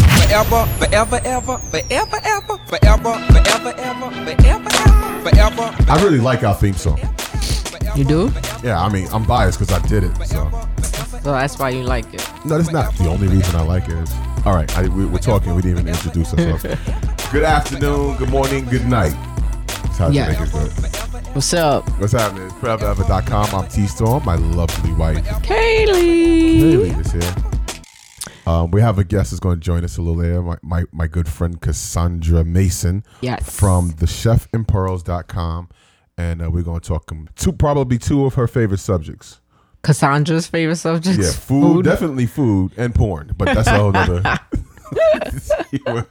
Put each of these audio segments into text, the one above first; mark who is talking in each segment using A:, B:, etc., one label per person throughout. A: forever, forever, ever, forever, ever, forever, forever, ever, forever, ever, forever.
B: I really like our theme song.
C: You do?
B: Yeah, I mean, I'm biased because I did it. So
C: So that's why you like it.
B: no, that's not the only reason I like it. Is, all right, I, we, we're talking. We didn't even introduce ourselves. good afternoon, good morning, good night. That's how
C: Yeah.
B: yeah. make it good.
C: What's up,
B: What's happening? It's foreverever.com. I'm T Storm, my lovely wife.
C: Kaylee?
B: Haley is here. Um, we have a guest that's going to join us a little later. My, my, my good friend Cassandra Mason
C: Yes.
B: from the chefimpearls.com. And uh, we're going to talk um, two, probably two of her favorite subjects.
C: Cassandra's favorite subject.
B: Yeah, food, definitely food and porn, but that's a whole nother. we'll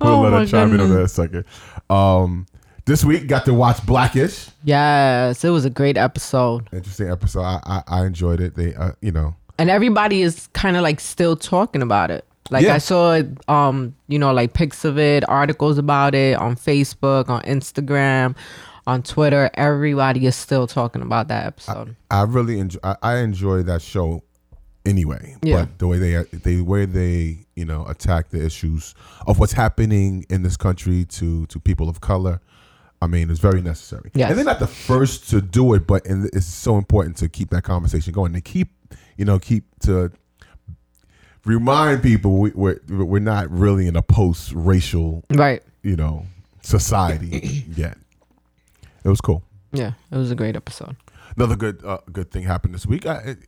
C: Oh
B: let
C: my
B: her chime in on
C: goodness.
B: that in a second. Um, this week got to watch Blackish.
C: Yes, it was a great episode,
B: Interesting episode. I I, I enjoyed it. They, uh, you know,
C: and everybody is kind of like still talking about it. Like
B: Yeah.
C: I saw, um, you know, like pics of it, articles about it on Facebook, on Instagram, on Twitter. Everybody is still talking about that episode.
B: I really enjoy. I, I enjoy that show anyway.
C: Yeah.
B: But the way they they way they you know attack the issues of what's happening in this country to to people of color, I mean, it's very necessary.
C: Yes.
B: And they're not the first to do it, but and it's so important to keep that conversation going. They keep you know keep to remind people we, we're we're not really in a post racial
C: right?
B: you know society yet. It was cool
C: Yeah, it was a great episode.
B: another good uh, good thing happened this week. I, it,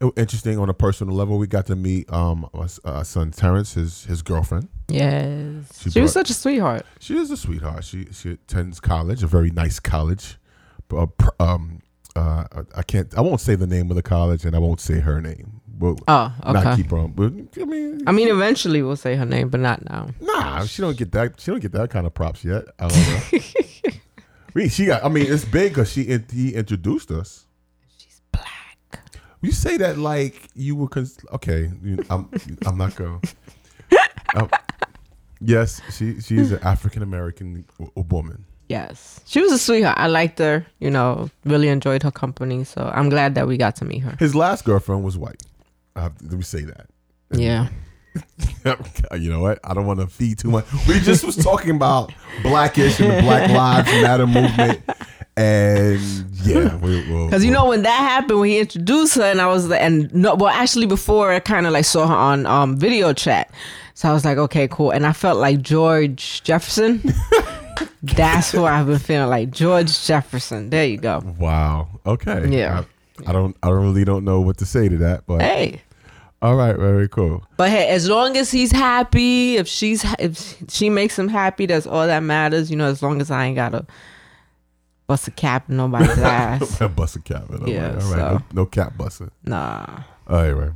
B: it was interesting on a personal level. We got to meet um our, s- our son Terrence, his his girlfriend.
C: Yes,
B: She
C: she, was
B: brought-
C: such a sweetheart.
B: She is a sweetheart. She she attends college, a very nice college. Uh, pr- um, uh, I- I can't. I won't say the name of the college, and I won't say her name. We'll
C: Oh,
B: Not
C: okay.
B: keep her on. But I mean,
C: I mean, eventually we'll say her name, but not now.
B: nah, she don't get that. She don't get that kind of props yet. I don't know. We- she got. I mean, it's big because she in- he introduced us.
C: She's black.
B: You say that like you were cons- okay. you- I'm I'm not going. Um, yes, she she is an African American w- woman.
C: Yes. She was a sweetheart. I liked her, you know, really enjoyed her company. So I'm glad that we got to meet her.
B: His last girlfriend was white. I have, let me say that.
C: Yeah.
B: you know what? I don't want to feed too much. We just was talking about blackish and the Black Lives Matter movement, and yeah, we, we'll,
C: Cause you know when that happened when he introduced her and I was like and no well actually before I kind of like saw her on um video chat, so I was like okay cool and I felt like George Jefferson. That's who I've been feeling like George Jefferson. There you go.
B: Wow. Okay.
C: Yeah.
B: I, I don't. I don't really don't know what to say to that. But
C: Hey,
B: all right. Very cool.
C: but hey, as long as he's happy, if she's ha- if she makes him happy, that's all that matters. You know, as long as I ain't gotta bust a cap in nobody's ass.
B: That busting cap. and I'm
C: Yeah,
B: like, all right,
C: so-
B: no, no cap busting.
C: Nah.
B: Anyway,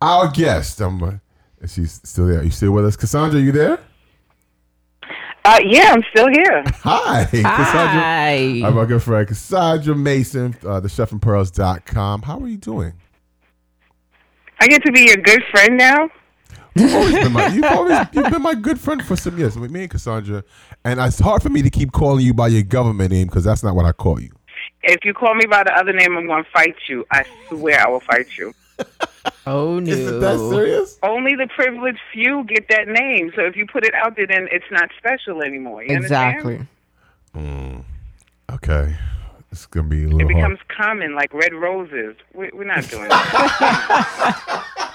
B: our guest, um, uh, she's still there. You still with us, Cassandra? You there?
D: Uh, yeah, I'm still here.
B: Hi, Cassandra.
C: Hi.
B: I'm our good friend Cassandra Mason, uh, the chef com. How are you doing?
D: I get to be your good friend now.
B: You've always been my, you've always you've been my good friend for some years. Me and Cassandra, and it's hard for me to keep calling you by your government name because that's not what I call you.
D: If you call me by the other name, I'm going to fight you. I swear I will fight you.
C: Oh no.
B: Is it that serious?
D: Only the privileged few get that name. So if you put it out there, then it's not special anymore. You
C: Exactly.
B: Okay, it's gonna be a
D: Understand? It
B: little hard.
D: becomes common, like red roses. We- We're not doing that.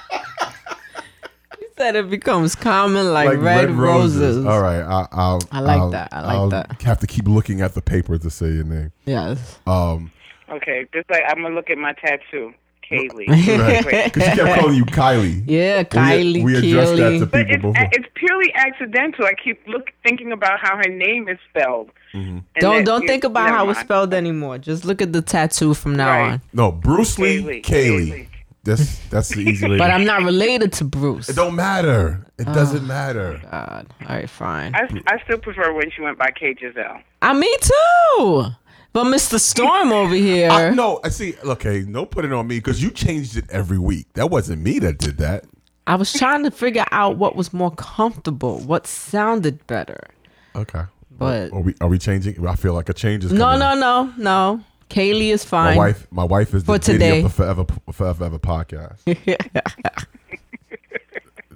C: You said it becomes common like, red, roses.
B: All right, I, I'll.
C: I like
B: I'll-
C: that. I like
B: I'll
C: that.
B: Have to keep looking at the paper to say your name.
C: Yes.
B: Um,
D: Okay, just like I'm going to look at my tattoo. Kaylee.
B: right. 'Cause she kept calling you Kylie.
C: Yeah, Kylie.
B: we addressed that
C: Keely.
B: to
D: But
B: people
D: it's, uh,
B: before.
D: it's purely accidental. I keep look thinking about how her name is spelled. And
C: Don't
D: that-
C: don't think about
D: never
C: how it's
D: mind.
C: spelled anymore. Just look at the tattoo from now
D: Right.
C: on.
B: no, Bruce Lee, Kaylee.
D: Kaylee, Kaylee.
B: That's that's the easy way.
C: But I'm not related to Bruce.
B: it don't matter. It doesn't matter.
C: God. All right, fine. I,
D: I, I still prefer when she went by K Giselle.
C: me too. But Mr. Storm over here.
B: I, no, I see. Okay, no, put it on me because you changed it every week. That wasn't me that did that.
C: I was trying to figure out what was more comfortable, what sounded better.
B: Okay,
C: But-
B: are we are we changing? I feel like a change is
C: No,
B: coming.
C: no, no, no. Kaylee is
B: My
C: fine.
B: wife, my wife is
C: For
B: the today. of
C: today.
B: the Forever Forever Ever podcast.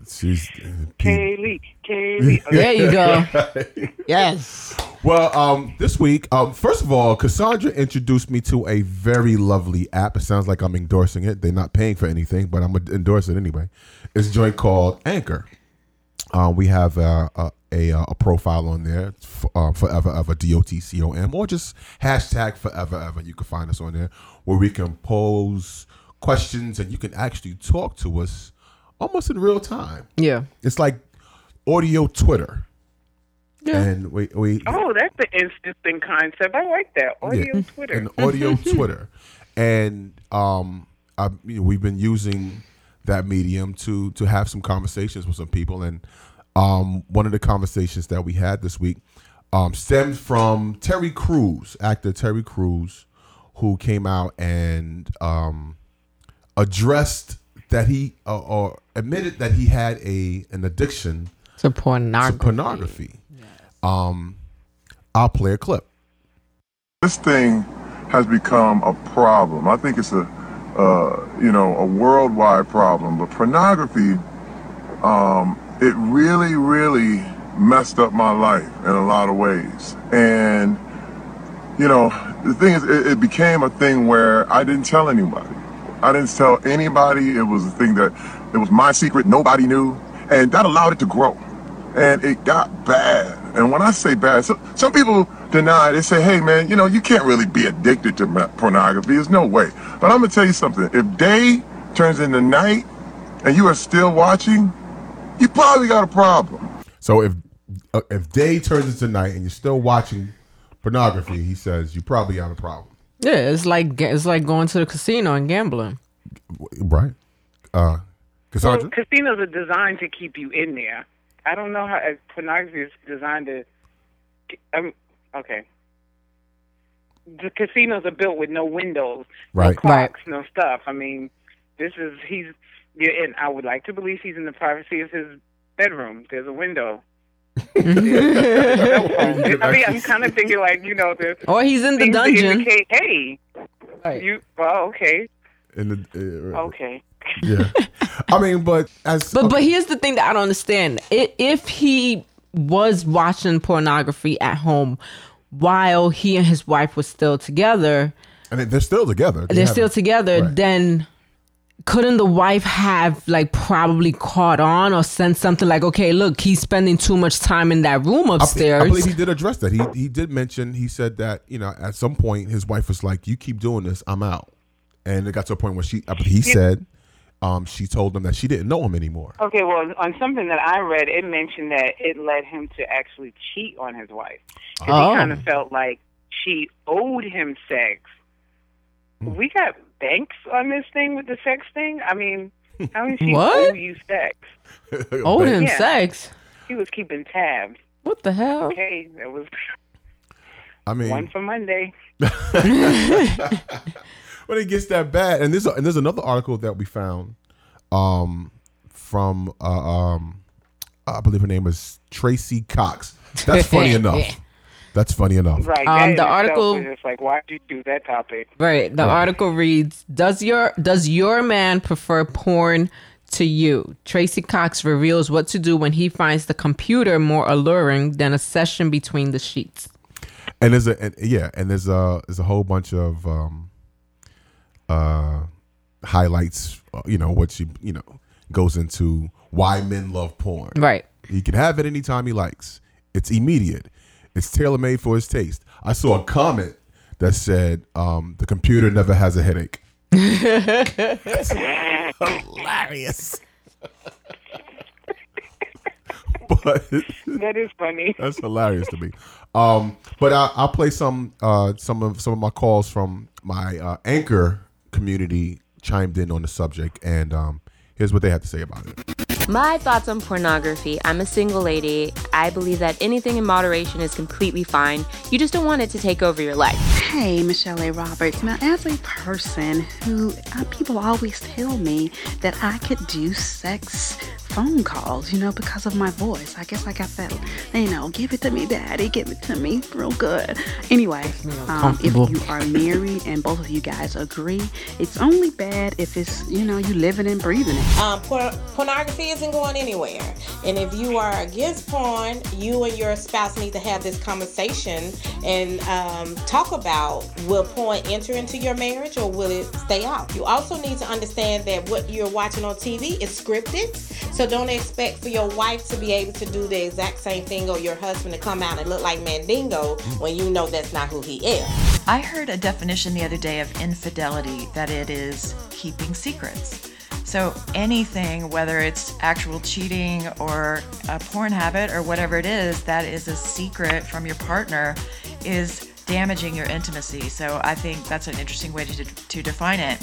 B: She's uh,
D: Kaylee, Kaylee.
C: There you go. yes.
B: Well, um, this week, um, first of all, Cassandra introduced me to a very lovely app. It sounds like I'm endorsing it. They're not paying for anything, but I'm gonna endorse it anyway. It's a joint called Anchor. Uh, we have uh, a, a a profile on there, f- uh, forever ever D O T C O M, or just hashtag forever ever. You can find us on there where we can pose questions and you can actually talk to us almost in real time.
C: Yeah.
B: It's like audio Twitter,
C: Yeah.
B: and we we
D: Oh, that's an interesting concept. I like that. Audio
B: Yeah.
D: Twitter.
B: and audio Twitter, and um, I, you know, we've been using that medium to to have some conversations with some people, and um, one of the conversations that we had this week um, stemmed from Terry Crews, actor Terry Crews, who came out and um, addressed that he uh, or admitted that he had a an addiction
C: It's a
B: to
C: pornography.
B: pornography. Um, I'll play a clip.
E: this thing has become a problem. I think it's a, uh, you know, a worldwide problem. But pornography, um, it really, really messed up my life in a lot of ways. And you know, the thing is, it, it became a thing where I didn't tell anybody. I didn't tell anybody. It was a thing that it was my secret. Nobody knew, and that allowed it to grow, and it got bad. And when I say bad, so, some people deny. They say, "Hey, man, you know, you can't really be addicted to ma- pornography. There's no way." But I'm gonna tell you something. If day turns into night, and you are still watching, you probably got a problem.
B: So if uh, if day turns into night and you're still watching pornography, he says you probably have a problem,
C: Yeah, it's like it's like going to the casino and gambling.
B: right? Uh, Cassandra,
D: Well, casinos are designed to keep you in there. I don't know how uh, pornography is designed to. Um, okay. The casinos are built with no windows,
B: Right.
D: no clocks, no stuff. I mean, this is he's, yeah, and I would like to believe he's in the privacy of his bedroom. There's a window. I mean, I'm kind of thinking like you know the
C: Or he's in the
D: things that
C: dungeon.
D: indicate, hey,
C: Right.
D: you. Well, okay,
C: Oh.
B: in the, uh,
D: okay.
B: yeah. I mean, but as
C: But but here's the thing that I don't understand. I if he was watching pornography at home while he and his wife were still together,
B: and they're still together. They
C: they're
B: haven't-
C: still together,
B: Right.
C: then couldn't the wife have like probably caught on or sent something like, okay, look, he's spending too much time in that room
B: I be-
C: upstairs?
B: I, believe he did address that. He he did mention. He said that you know at some point his wife was like, "You keep doing this, I'm out." And it got to a point where she. uh, He said, um, she told him that she didn't know him anymore.
D: Okay, well, on something that I read, it mentioned that it led him to actually cheat on his wife. 'Cause
C: Oh.
D: He kind of felt like she owed him sex. We got banks on this thing with the sex thing. I mean, how did she
C: What?
D: owe you sex?
B: Oh,
C: Owed him
D: Yeah.
C: sex.
D: He was keeping tabs.
C: What the hell?
D: Okay, that was
B: I mean,
D: one for Monday.
B: when it gets that bad. And there's and there's another article that we found um, from uh, um, I believe her name is Tracy Cox. That's funny enough. That's funny enough.
D: Right.
C: Um,
D: that in
C: the
D: itself
C: article-
D: was just like, why did you do that topic?
C: Right. The article reads, "Does your does your man prefer porn to you?" Tracy Cox reveals what to do when he finds the computer more alluring than a session between the sheets.
B: And there's a and, yeah, and there's a there's a whole bunch of um, uh, highlights. uh, You know what she you know goes into why men love porn.
C: Right.
B: He can have it anytime he likes. It's immediate. It's tailor made for his taste. I saw a comment that said, um, "The computer never has a headache." hilarious. but
D: That is funny.
B: that's hilarious to me. Um, but I, I'll play some uh, some of some of my calls from my uh, anchor community chimed in on the subject, and um, here's what they had to say about it.
F: My thoughts on pornography. I'm a single lady. I believe that anything in moderation is completely fine. You just don't want it to take over your life.
G: Hey, Michelle A. Roberts. Now, as a person who uh, people always tell me that I could do sex phone calls, you know, because of my voice. I guess I got that, you know, give it to me, daddy, give it to me, real good. Anyway, um, if
C: uncomfortable.
G: you are married and both of you guys agree, it's only bad if it's, you know, you living and breathing it.
H: Um, por- pornography isn't going anywhere. And if you are against porn, you and your spouse need to have this conversation and um, talk about will porn enter into your marriage or will it stay out? You also need to understand that what you're watching on TV is scripted. So don't expect for your wife to be able to do the exact same thing or your husband to come out and look like Mandingo when you know that's not who he is.
I: I heard a definition the other day of infidelity that it is keeping secrets. So anything, whether it's actual cheating or a porn habit or whatever it is, that is a secret from your partner is damaging your intimacy. So I think that's an interesting way to, to define it.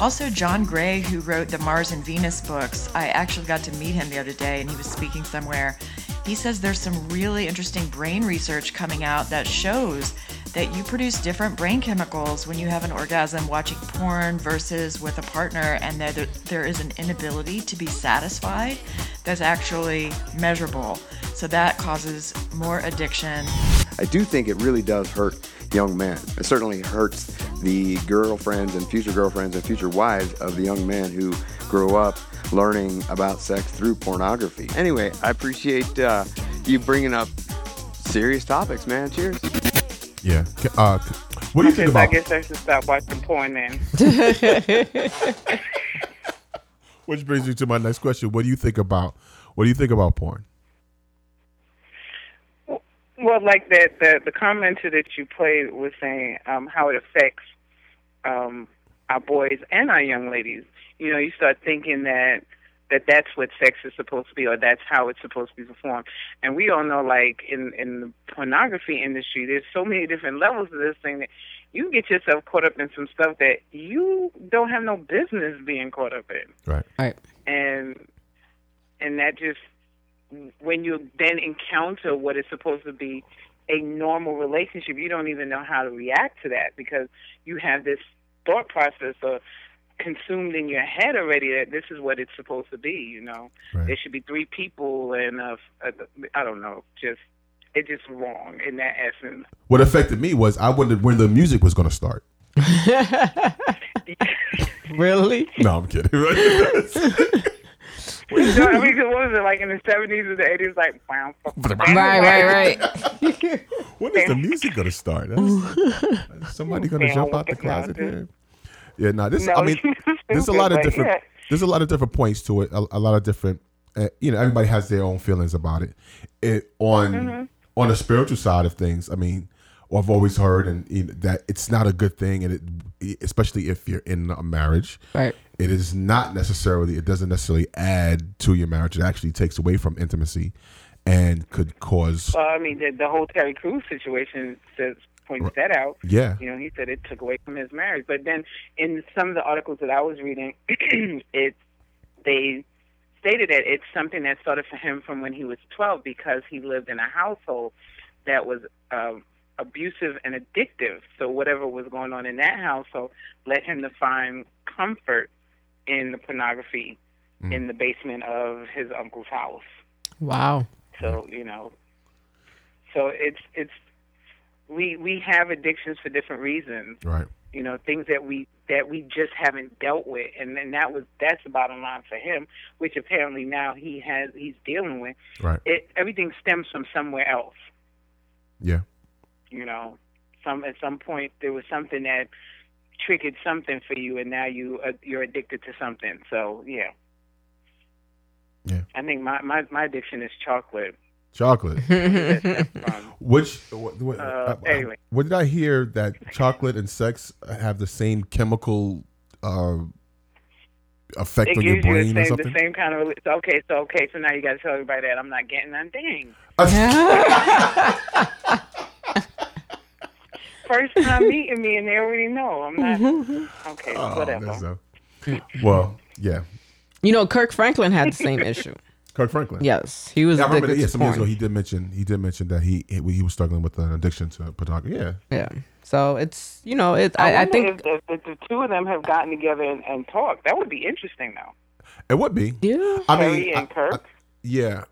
I: Also, John Gray, who wrote the Mars and Venus books, I actually got to meet him the other day and he was speaking somewhere. He says there's some really interesting brain research coming out that shows that you produce different brain chemicals when you have an orgasm watching porn versus with a partner, and that there, there is an inability to be satisfied that's actually measurable. So that causes more addiction.
J: I do think it really does hurt young men. It certainly hurts the girlfriends and future girlfriends and future wives of the young men who grow up learning about sex through pornography. Anyway, I appreciate uh, you bringing up serious topics, man. Cheers.
B: Yeah. Uh, what do you think
D: Since I
B: about?
D: guess I should stop watching porn then.
B: Which brings me to my next question. What do you think about? What do you think about porn?
D: Well, like that, the the commenter that you played was saying um, how it affects um, our boys and our young ladies. You know, you start thinking that that that's what sex is supposed to be, or that's how it's supposed to be performed. And we all know, like in in the pornography industry, there's so many different levels of this thing that you get yourself caught up in some stuff that you don't have no business being caught up in
B: Right.
C: Right.
D: and and that just when you then encounter what is supposed to be a normal relationship, you don't even know how to react to that because you have this thought process or consumed in your head already that this is what it's supposed to be. You know,
B: Right.
D: there should be three people and uh, I don't know, just it's just wrong in that essence.
B: What affected me was I wondered when the music was going to start.
C: Really?
B: No, I'm kidding.
D: So, I mean, 'cause what was it like in the seventies or the eighties? Like, wow,
C: Right, right, right.
B: when is the music going to start? That's- somebody going to jump out the closet here? Yeah, no. This, I
D: No,
B: mean,
D: you're
B: there's a
D: stupid,
B: lot of
D: but
B: different.
D: yeah.
B: There's a lot of different points to it. A, a lot of different. Uh, you know, everybody has their own feelings about it. It on on the spiritual side of things. I mean, I've always heard and you know, that it's not a good thing, and it especially if you're in a marriage.
C: Right.
B: It is not necessarily. It doesn't necessarily add to your marriage. It actually takes away from intimacy, and could cause.
D: Well, I mean, the, the whole Terry Crews situation says points that out.
B: Yeah.
D: You know, he said it took away from his marriage. But then in some of the articles that I was reading, it they stated that it's something that started for him from when he was 12 because he lived in a household that was um, abusive and addictive. So whatever was going on in that household led him to find comfort in the pornography in the basement of his uncle's house.
C: Wow.
D: So
B: Mm-hmm.
D: you know, so it's it's we we have addictions for different reasons.
B: Right.
D: You know, things that we that we just haven't dealt with, and then that was that's the bottom line for him, which apparently now he has he's dealing with.
B: Right.
D: It everything stems from somewhere else.
B: Yeah.
D: You know, some at some point there was something that triggered something for you, and now you uh, you're addicted to something. So yeah.
B: Yeah.
D: I think my, my, my addiction is chocolate.
B: Chocolate.
D: Um,
B: Which what, what,
D: Uh,
B: I- I-
D: anyway.
B: what did I hear that chocolate and sex have the same chemical uh, effect
D: it
B: on your
D: gives you
B: brain
D: the
B: or
D: same,
B: something?
D: the same kind of. So, okay, so okay, so now you got to tell everybody that I'm not getting none. Dang, first time meeting me, and they already know I'm not. Okay,
B: Oh, that's
D: whatever.
B: a- well, yeah.
C: You know, Kirk Franklin had the same issue.
B: Kirk Franklin.
C: Yes, he was
B: Yeah, I remember
C: addicted
B: that. Yeah,
C: to
B: some years ago
C: porn.
B: he did mention he did mention that he he, he was struggling with an addiction to pornography. Yeah,
C: yeah. So it's you know it. I, I
D: wonder
C: think
D: if, if, if the two of them have gotten together and, and talked, that would be interesting, though.
B: It would be.
C: Yeah.
B: I
D: Harry
B: mean,
D: and
B: I-
D: Kirk.
B: yeah.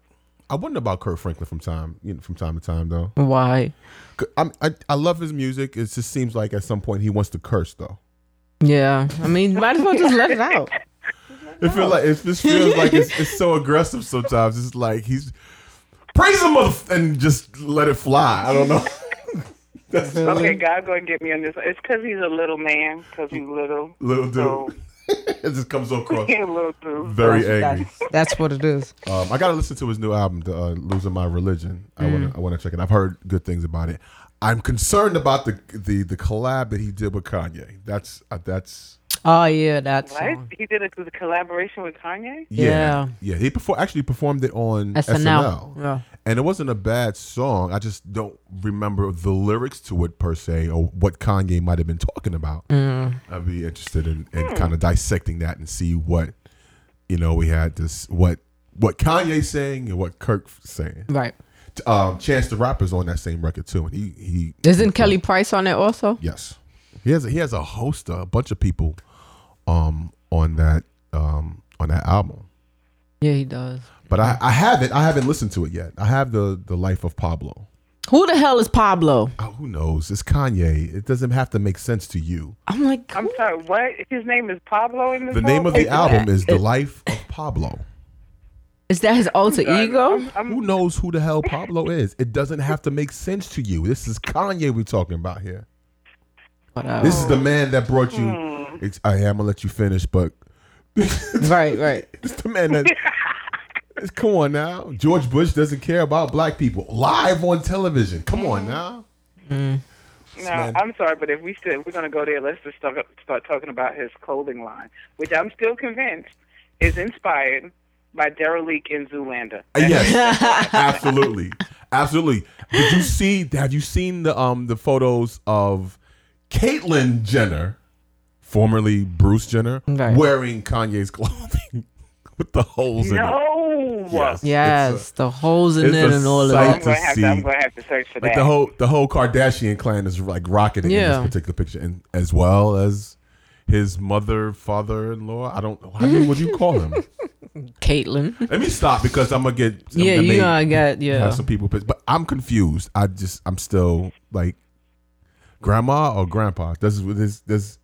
B: I wonder about Kirk Franklin from time you know, from time to time though.
C: Why?
B: I, I I love his music. It just seems like at some point he wants to curse though.
C: Yeah. I mean, might as well just let it out.
B: It feel like it just feels like it's, it's so aggressive sometimes. It's like he's praise him motherf- and just let it fly. I don't know. That's
D: Okay, God, go and get me on this. It's because he's a little man, because he's little.
B: little dude.
D: So,
B: it just comes across
D: yeah, little dude.
B: very angry.
C: That's what it is.
B: Um, I gotta listen to his new album, to, uh, "Losing My Religion." I
E: Mm.
B: wanna,
C: Mm.
B: I wanna check it. I've heard good things about it. I'm concerned about the the the collab that he did with Kanye. That's uh, that's
C: Oh yeah, that's
D: What? He did it through the collaboration with Kanye?
B: yeah,
C: Yeah.
B: yeah. He perfor- actually performed it on
C: SNL.
B: SNL,
C: Yeah.
B: and it wasn't a bad song. I just don't remember the lyrics to it per se, or what Kanye might have been talking about.
C: Mm.
B: I'd be interested in, in kind of dissecting that and see what you know we had this what what Kanye's saying and what Kirk's saying.
C: Right.
B: um, Chance the Rapper's on that same record too, and he he
C: Isn't Kelly Price on it also?
B: yes he has a, he has a host of a bunch of people um on that um on that album.
C: Yeah, he does.
B: But I, I haven't I haven't listened to it yet. I have the the life of Pablo.
C: Who the hell is Pablo?
B: Oh, who knows? It's Kanye. It doesn't have to make sense to you.
C: I'm like,
D: I'm sorry, what? His name is Pablo in this
B: The name
D: whole
B: of the
D: thing?
B: album is The Life of Pablo.
C: is that his alter ego?
B: Who knows who the hell Pablo is? It doesn't have to make sense to you. This is Kanye we're talking about here.
C: Whatever.
B: This is the man that brought you. It's, I am gonna let you finish, but
C: right, right.
B: It's the man that. It's- come on now. George Bush doesn't care about black people live on television. Come on
C: Mm-hmm.
B: now.
D: No, I'm sorry, but if we still, we're going to go there, let's just start, start talking about his clothing line, which I'm still convinced is inspired by Derelique in Zoolander.
B: Uh, Yes, absolutely, absolutely. Did you see? Have you seen the um the photos of Caitlyn Jenner, formerly Bruce Jenner,
C: Right.
B: wearing Kanye's clothing with the holes in it?
D: No!
B: Yes,
C: Yes,
B: It's a-
C: the holes in
B: it's
C: it
B: a
C: and all of
B: sight
D: I'm
C: that.
D: going to have to- I'm
B: see.
D: gonna have to search for
B: like
D: that.
B: the whole the whole Kardashian clan is like rocketing in
C: Yeah.
B: this particular picture, and as well as his mother, father-in-law. I don't. I mean, what do you call him?
C: Caitlyn.
B: Let me stop because I'm gonna get.
C: Yeah,
B: I'm gonna
C: you
B: make-
C: know I got yeah.
B: have some people pissed, but I'm confused. I just I'm still like, grandma or grandpa. This is what this this.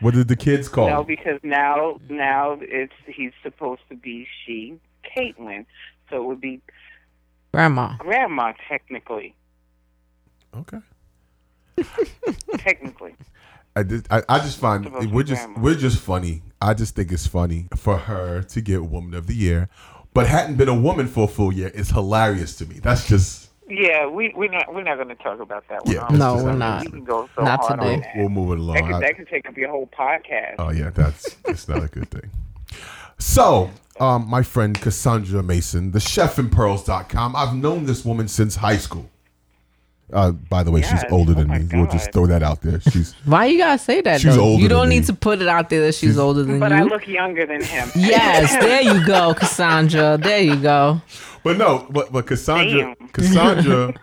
B: What did the kids call?
D: No,
B: him?
D: because now now it's he's supposed to be she, Caitlin. So it would be
C: Grandma.
D: grandma technically.
B: okay.
D: technically.
B: I just, I, I just find
D: Supposed to be
B: we're just
D: grandma.
B: we're just funny. I just think it's funny for her to get Woman of the Year, but hadn't been a woman for a full year. It's hilarious to me. That's just
D: Yeah, we we're not we're not gonna talk about that one.
B: yeah. that's
D: I'm
C: No,
B: just
C: we're
B: how it
C: not.
D: sorry.
B: is.
D: We can go so
C: Not
D: hard
C: today.
B: We'll,
D: on that.
B: we'll move it along.
D: That could,
B: Oh, I-
D: that could take up your whole podcast.
B: oh yeah, that's it's not a good thing. So, um, my friend Cassandra Mason, the chef in pearls.com. I've known this woman since high school. Uh, by the way,
D: Yes.
B: she's older
D: Oh
B: than
D: my
B: me. We'll just
D: God.
B: throw that out there. She's
C: Why you gotta say that?
B: She's
C: though?
B: older
C: you
B: than
C: don't
B: me.
C: need to put it out there that she's, older than
D: But
C: you.
D: I look younger than him.
C: yes, there you go, Cassandra. There you go.
B: But no, but but Cassandra,
D: Damn.
B: Cassandra,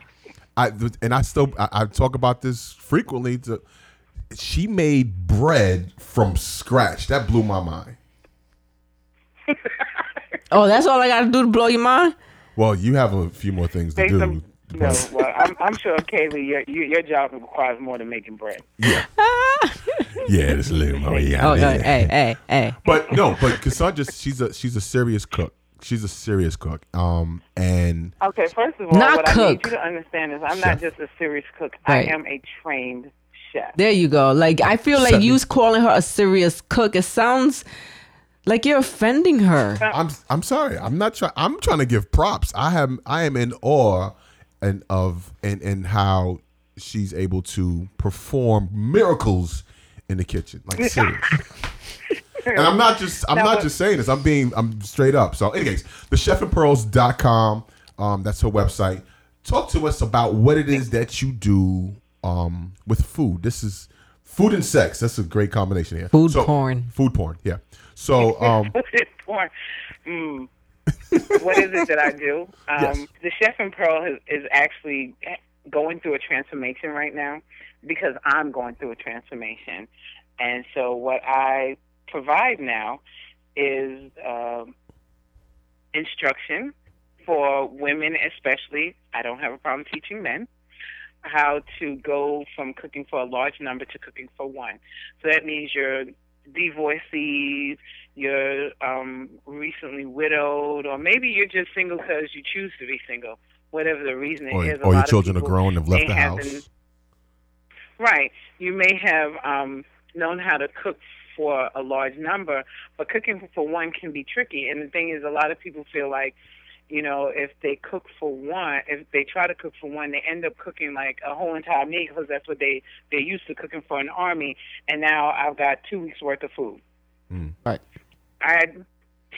B: I and I still I, I talk about this frequently. To she made bread from scratch. That blew my mind.
C: Oh, that's all I gotta do to blow your mind.
B: Well, you have a few more things to
D: Say
B: do.
D: some- no, well, I'm, I'm sure, Kaylee, your, your your job requires more than making bread.
B: Yeah, this little oh yeah.
C: Oh, no, hey, hey, hey.
B: But no, but Cassandra, she's a she's a serious cook. She's a serious cook. Um, and
D: Okay, first of all,
C: Not
D: what I need
C: cook.
D: you to understand is I'm
B: Chef.
D: not just a serious cook.
C: Right.
D: I am a trained chef.
C: There you go. Like I feel like
B: Seven.
C: you calling her a serious cook. It sounds like you're offending her.
B: I'm I'm sorry. I'm not trying. I'm trying to give props. I am I am in awe, and of and and how she's able to perform miracles in the kitchen. Like serious. and I'm not just I'm not just saying this. I'm being I'm straight up. So, anyways, the chefandpearls.com. Um, that's her website. Talk to us about what it is that you do um with food. This is food and sex. That's a great combination here.
C: Food porn.
B: Food porn. Yeah. So um
D: What is porn? Mm. what is it that I do? Um,
B: Yes.
D: The Chef and Pearl is, is actually going through a transformation right now because I'm going through a transformation. And so, what I provide now is um, instruction for women, especially. I don't have a problem teaching men how to go from cooking for a large number to cooking for one. So that means you're divorcees, you're um, recently widowed, or maybe you're just single because you choose to be single, whatever the reason it
B: Or,
D: is. A
B: or your
D: lot of
B: children are
D: people
B: grown and have left
D: may
B: the
D: have
B: house.
D: been- Right. You may have um, known how to cook for a large number, but cooking for one can be tricky. And the thing is, a lot of people feel like, you know, if they cook for one, if they try to cook for one, they end up cooking like a whole entire meal because that's what they they're used to cooking for an army. And now I've got two weeks worth of food.
K: Right.
D: I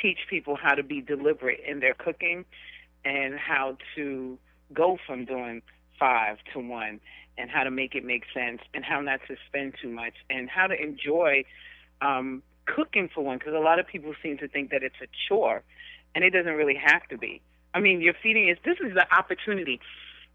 D: teach people how to be deliberate in their cooking and how to go from doing five to one and how to make it make sense and how not to spend too much and how to enjoy um, cooking for one because a lot of people seem to think that it's a chore and it doesn't really have to be. I mean, you're feeding is this is the opportunity.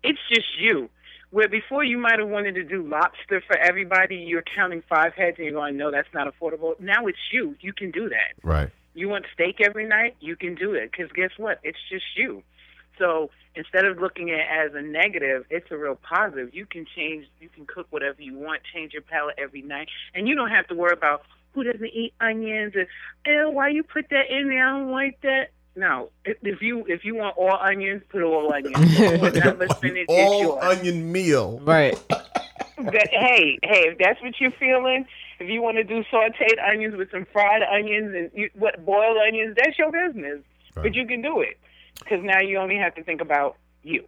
D: It's just you. Where before you might have wanted to do lobster for everybody, you're counting five heads and you're going, no, that's not affordable. Now it's you. You can do that.
B: Right.
D: You want steak every night? You can do it because guess what? It's just you. So instead of looking at it as a negative, it's a real positive. You can change, you can cook whatever you want, change your palate every night, and you don't have to worry about who doesn't eat onions and Ew, why you put that in there? I don't like that. No, if if you if you want all onions, put all onions. Number spinach is
B: All
D: yours.
B: onion meal.
C: Right.
D: But hey, hey, if that's what you're feeling, if you want to do sautéed onions with some fried onions and you, what boiled onions, that's your business. But you can do it because now you only have to think about you.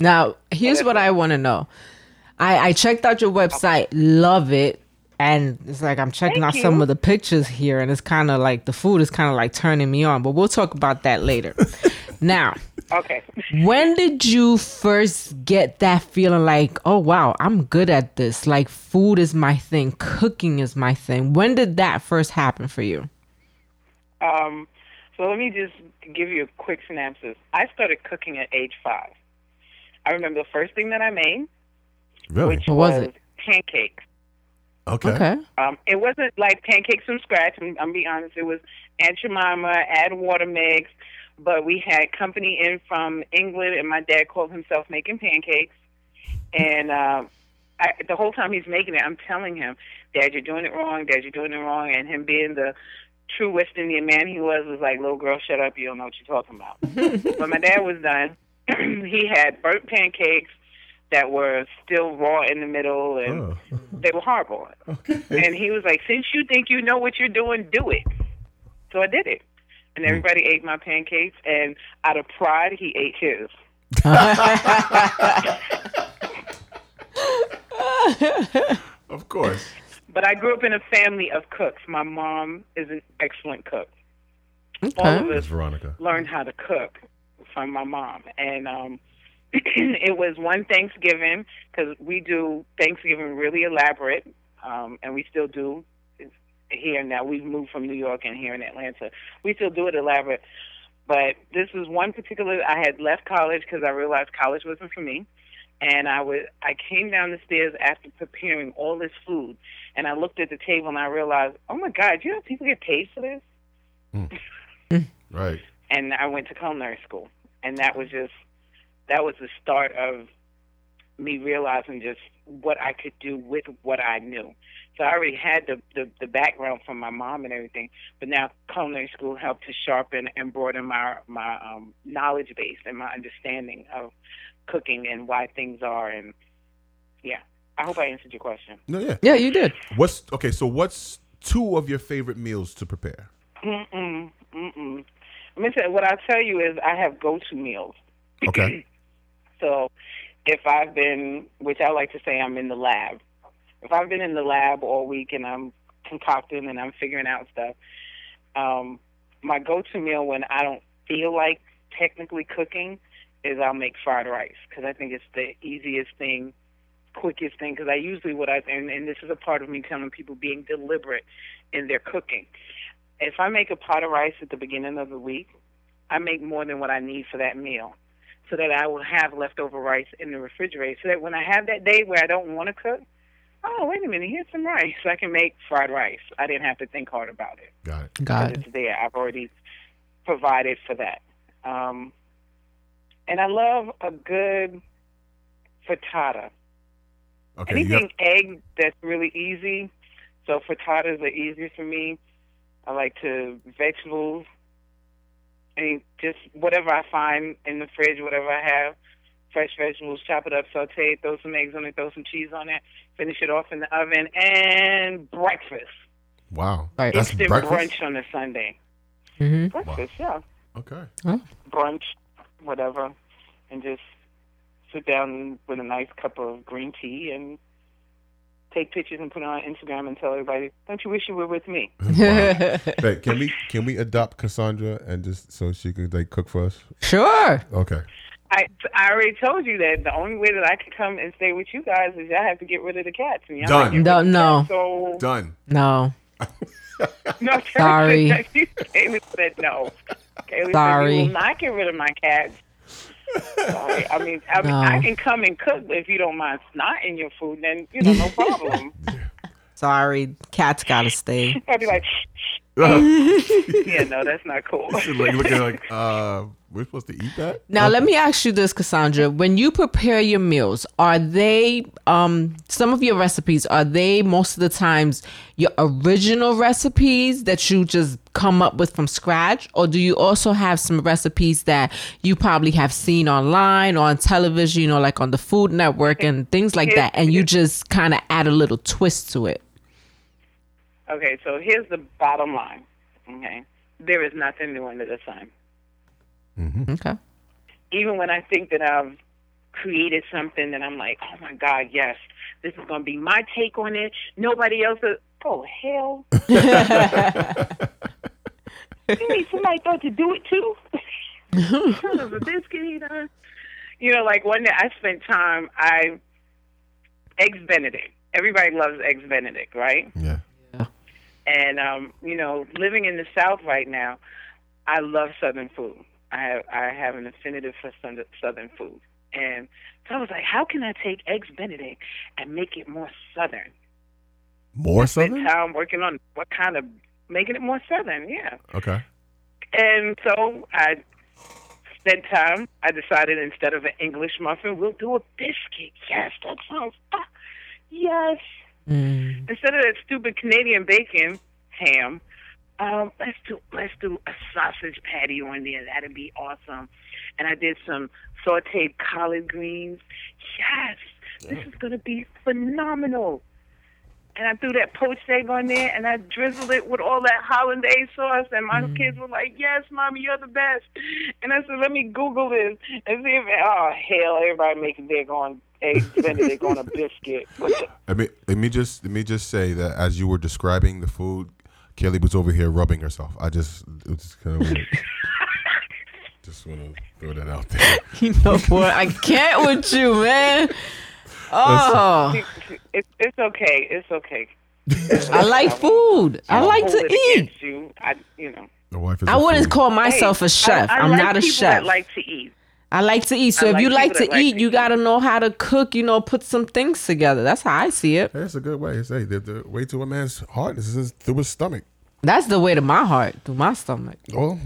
C: Now, here's what I want to know. I, I checked out your website, love it. And it's like I'm checking
D: Thank
C: out some
D: you.
C: of the pictures here, and it's kind of like the food is kind of like turning me on, but we'll talk about that later. now,
D: Okay.
C: when did you first get that feeling like, oh wow, I'm good at this? Like, food is my thing, cooking is my thing. When did that first happen for you?
D: Um, so let me just give you a quick synopsis. I started cooking at age five. I remember the first thing that I made
B: Really?
C: What was it?
D: pancakes.
B: Okay.
D: Um, it wasn't like pancakes from scratch. I'm, I'm be honest. It was Aunt Jemima, add water mix, but we had company in from England, and my dad called himself making pancakes. And uh, I, the whole time he's making it, I'm telling him, "Dad, you're doing it wrong. Dad, you're doing it wrong." And him being the true West Indian man he was, was like, "Little girl, shut up. You don't know what you're talking about." when my dad was done, he had burnt pancakes that were still raw in the middle, and they were horrible. And he was like, "Since you think you know what you're doing, do it." So I did it, and everybody ate my pancakes. And out of pride, he ate his.
B: Of course.
D: But I grew up in a family of cooks. My mom is an excellent cook. All of us
B: It's Veronica.
D: learned how to cook from my mom, and um, it was one Thanksgiving because we do Thanksgiving really elaborate, um, and we still do It's here now. We've moved from New York and here in Atlanta, we still do it elaborate. But this is one particular. I had left college because I realized college wasn't for me, and I was I came down the stairs after preparing all this food, and I looked at the table and I realized, oh my God, you know people get paid for this
B: Right.
D: and I went to culinary school, and that was just that was the start of me realizing just what I could do with what I knew. So I already had the the, the background from my mom and everything, but now culinary school helped to sharpen and broaden my my um, knowledge base and my understanding of cooking and why things are and yeah. I hope I answered your question.
B: No, yeah.
C: Yeah, you did.
B: What's okay? So, what's two of your favorite meals to prepare?
D: Mm-mm, mm-mm. Let me tell, what I'll tell you is I have go-to meals.
B: Okay.
D: So if I've been, which I like to say I'm in the lab, if I've been in the lab all week and I'm concocting and I'm figuring out stuff, um, my go to meal when I don't feel like technically cooking is I'll make fried rice because I think it's the easiest thing, quickest thing. Because I usually, what I, and, and this is a part of me telling people being deliberate in their cooking. If I make a pot of rice at the beginning of the week, I make more than what I need for that meal so that I will have leftover rice in the refrigerator so that when I have that day where I don't want to cook, oh, wait a minute, here's some rice. I can make fried rice. I didn't have to think hard about it.
B: Got it.
C: Got it.
D: It's there. I've already provided for that. Um, and I love a good frittata.
B: Okay. You
D: Anything
B: got,
D: egg that's really easy. So frittatas are easy for me. I like to vegetables and just whatever I find in the fridge, whatever I have, fresh vegetables, chop it up, saute it, throw some eggs on it, throw some cheese on it, finish it off in the oven, and breakfast.
B: wow.
C: Right.
B: That's
D: Instant
B: breakfast.
D: brunch on a Sunday.
C: Mhm.
D: Breakfast, yeah
B: Okay.
D: brunch, whatever, and just sit down with a nice cup of green tea and take pictures and put it on Instagram and tell everybody, "Don't you wish you were with me?"
B: Hey, can we can we adopt Cassandra and just so she could like cook for us?
C: Sure.
B: Okay.
D: I I already told you that the only way that I could come and stay with you guys is y'all have to get rid of the cats. And y'all
B: Done.
C: No,
D: not getting rid
C: no,
D: of the cats, So
B: Done.
C: no.
D: no,
C: Sorry.
D: Kaylee said no. Kaylee
C: Sorry.
D: said you will not get rid of my cats. Sorry. I mean, I, mean
C: No.
D: I can come and cook but if you don't mind snotting your food. Then you know, no problem.
C: Sorry, cat's gotta stay.
D: I'd be like, yeah, no, that's not cool.
B: like looking like uh, we're supposed to eat that.
C: Now let me ask you this, Cassandra. When you prepare your meals, are they um some of your recipes are they most of the times your original recipes that you just come up with from scratch or do you also have some recipes that you probably have seen online or on television, you know, like on the Food Network and things like that and you just kind of add a little twist to it?
D: Okay, so here's the bottom line. Okay, there is nothing new under the sun.
C: Okay.
D: Even when I think that I've created something that I'm like, oh my god, yes, this is gonna be my take on it. Nobody else. Is, oh hell. you mean somebody thought to do it too? Son of a biscuit eater. You know, like one day I spent time. I eggs Benedict. Everybody loves eggs Benedict, right?
B: Yeah.
D: and um, you know, living in the South right now, I love Southern food. I have, I have an affinity for sun- Southern food, and so I was like, how can I take eggs Benedict and make it more Southern?
B: More
D: Spent
B: southern.
D: time working on what kind of making it more Southern, yeah.
B: Okay.
D: And so I spent time. I decided instead of an English muffin, we'll do a biscuit. Yes, that sounds. ah, yes. Instead of that stupid Canadian bacon ham, um, let's do let's do a sausage patty on there. That'd be awesome. And I did some sautéed collard greens. Yes, this is gonna be phenomenal. And I threw that poached egg on there, and I drizzled it with all that hollandaise sauce. And my
C: Mm-hmm.
D: kids were like, "Yes, mommy, you're the best." And I said, "Let me Google this and see if oh hell, everybody making their on egg Benedict on a biscuit."
B: I mean, let me just let me just say that as you were describing the food, Kelly was over here rubbing herself. I just it just kind of just want to throw that out there.
C: You know what? I can't with you, man. Oh,
D: It's it's okay. It's okay.
C: I like food. I like
D: hold
C: to
D: it
C: eat.
D: against You. I, you know.
B: My wife is
C: I
B: a
C: wouldn't
B: foodie.
C: call myself
D: Hey,
C: a chef.
D: I, I
C: I'm
D: like
C: not a
D: people
C: chef.
D: That like to eat.
C: I like to eat. So
D: I
C: if
D: like
C: you like to
D: people that like
C: eat,
D: to
C: you
D: eat.
C: got to know how to cook, you know, put some things together. That's how I see it.
B: Hey, that's a good way. Say the, the way to a man's heart is his- through his stomach.
C: That's the way to my heart, through my stomach.
B: Oh,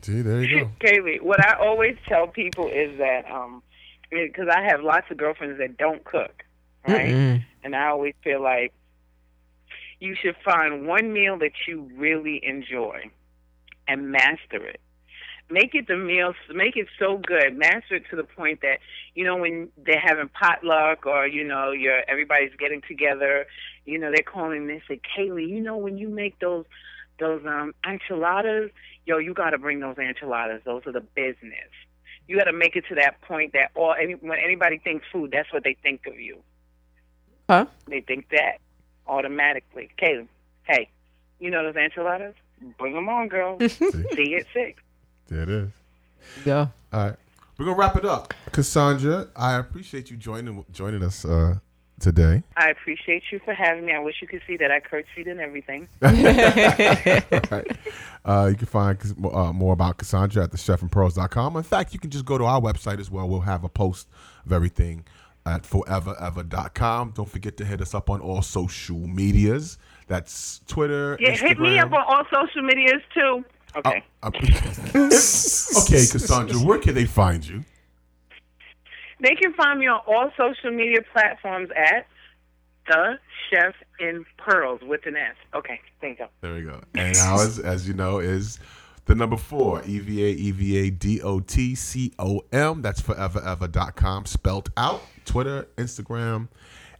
B: see, there you go.
D: Kaylee, what I always tell people is that um, because I have lots of girlfriends that don't cook, right? And I always feel like you should find one meal that you really enjoy and master it. Make it the meal, make it so good, master it to the point that you know when they're having potluck or you know you're everybody's getting together, you know they're calling. They say, Kaylee, you know when you make those those um enchiladas, yo, you got to bring those enchiladas. Those are the business. You got to make it to that point that all any, when anybody thinks food, that's what they think of you.
C: Huh?
D: They think that automatically. Caleb, hey, you know those enchiladas? Bring 'em on, girl. See you at six.
B: There it is.
C: Yeah.
B: All right, we're gonna wrap it up. Cassandra, I appreciate you joining joining us uh, today.
D: I appreciate you for having me. I wish you could see that I curtsied and everything.
B: Uh, you can find Cas- uh, more about Cassandra at thechefandpearls.com. In fact, you can just go to our website as well. We'll have a post of everything at foreverever.com. Don't forget to hit us up on all social medias. That's Twitter.
D: Yeah, hit me
B: Instagram.
D: up on all social medias too. Okay.
B: Uh, okay, Cassandra, where can they find you?
D: They can find me on all social media platforms at the Chef in Pearls with an S. Okay, there you go.
B: There we go. And ours, as you know, is the number four, E EVA, EVA, D-O-T-C-O-M. That's foreverever.com, spelt out. Twitter, Instagram,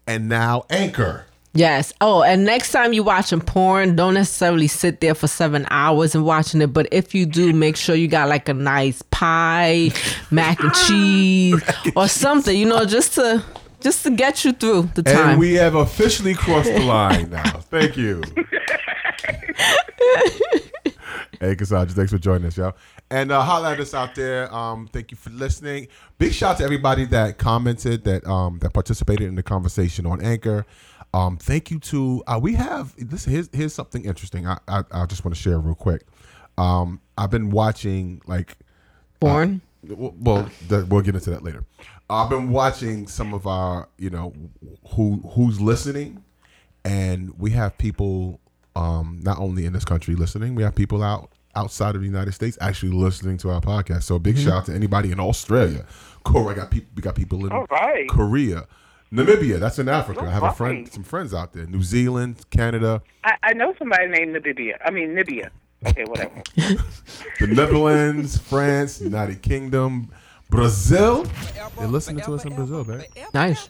B: and now Anchor.
C: Yes. Oh, and next time you watching porn, don't necessarily sit there for seven hours and watching it. But if you do, make sure you got like a nice pie, mac and cheese, or something. You know, just to just to get you through the time.
B: And we have officially crossed the line now. Thank you. hey, Cassandra, thanks for joining us, y'all. And uh, holla at us out there. Um, thank you for listening. Big shout out to everybody that commented, that um, that participated in the conversation on Anchor. Um, thank you to uh, we have this. Here's, here's something interesting. I I, I just want to share real quick. Um, I've been watching like
C: Porn?
B: uh, w- well, th- we'll get into that later. I've been watching some of our, you know, who who's listening, and we have people um, not only in this country listening, we have people out outside of the United States actually listening to our podcast. So big
K: Mhm.
B: shout out to anybody in Australia. Cool, I got people. We got people in
K: All right.
B: Korea, Namibia. That's in Africa. I have a friend,
D: Alright.
B: some friends out there. New Zealand, Canada,
D: I, I know somebody named Namibia. I mean Nibia. Okay, whatever.
B: the Netherlands, France, United Kingdom, Brazil. They're listening to us in Brazil, man.
C: Nice.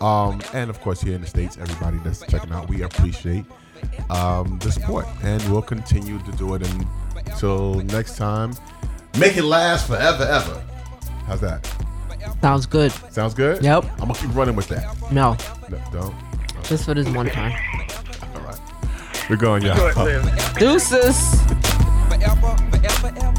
B: Um, and of course, here in the States, everybody that's checking out, we appreciate um, the support. And we'll continue to do it until next time. Make it last forever, ever. How's that?
C: Sounds good.
B: Sounds good?
C: Yep.
B: I'm going to keep running with that.
C: No,
B: No, don't.
C: just for this one time.
B: We're going, y'all.
C: Deuces.
A: forever, forever, ever.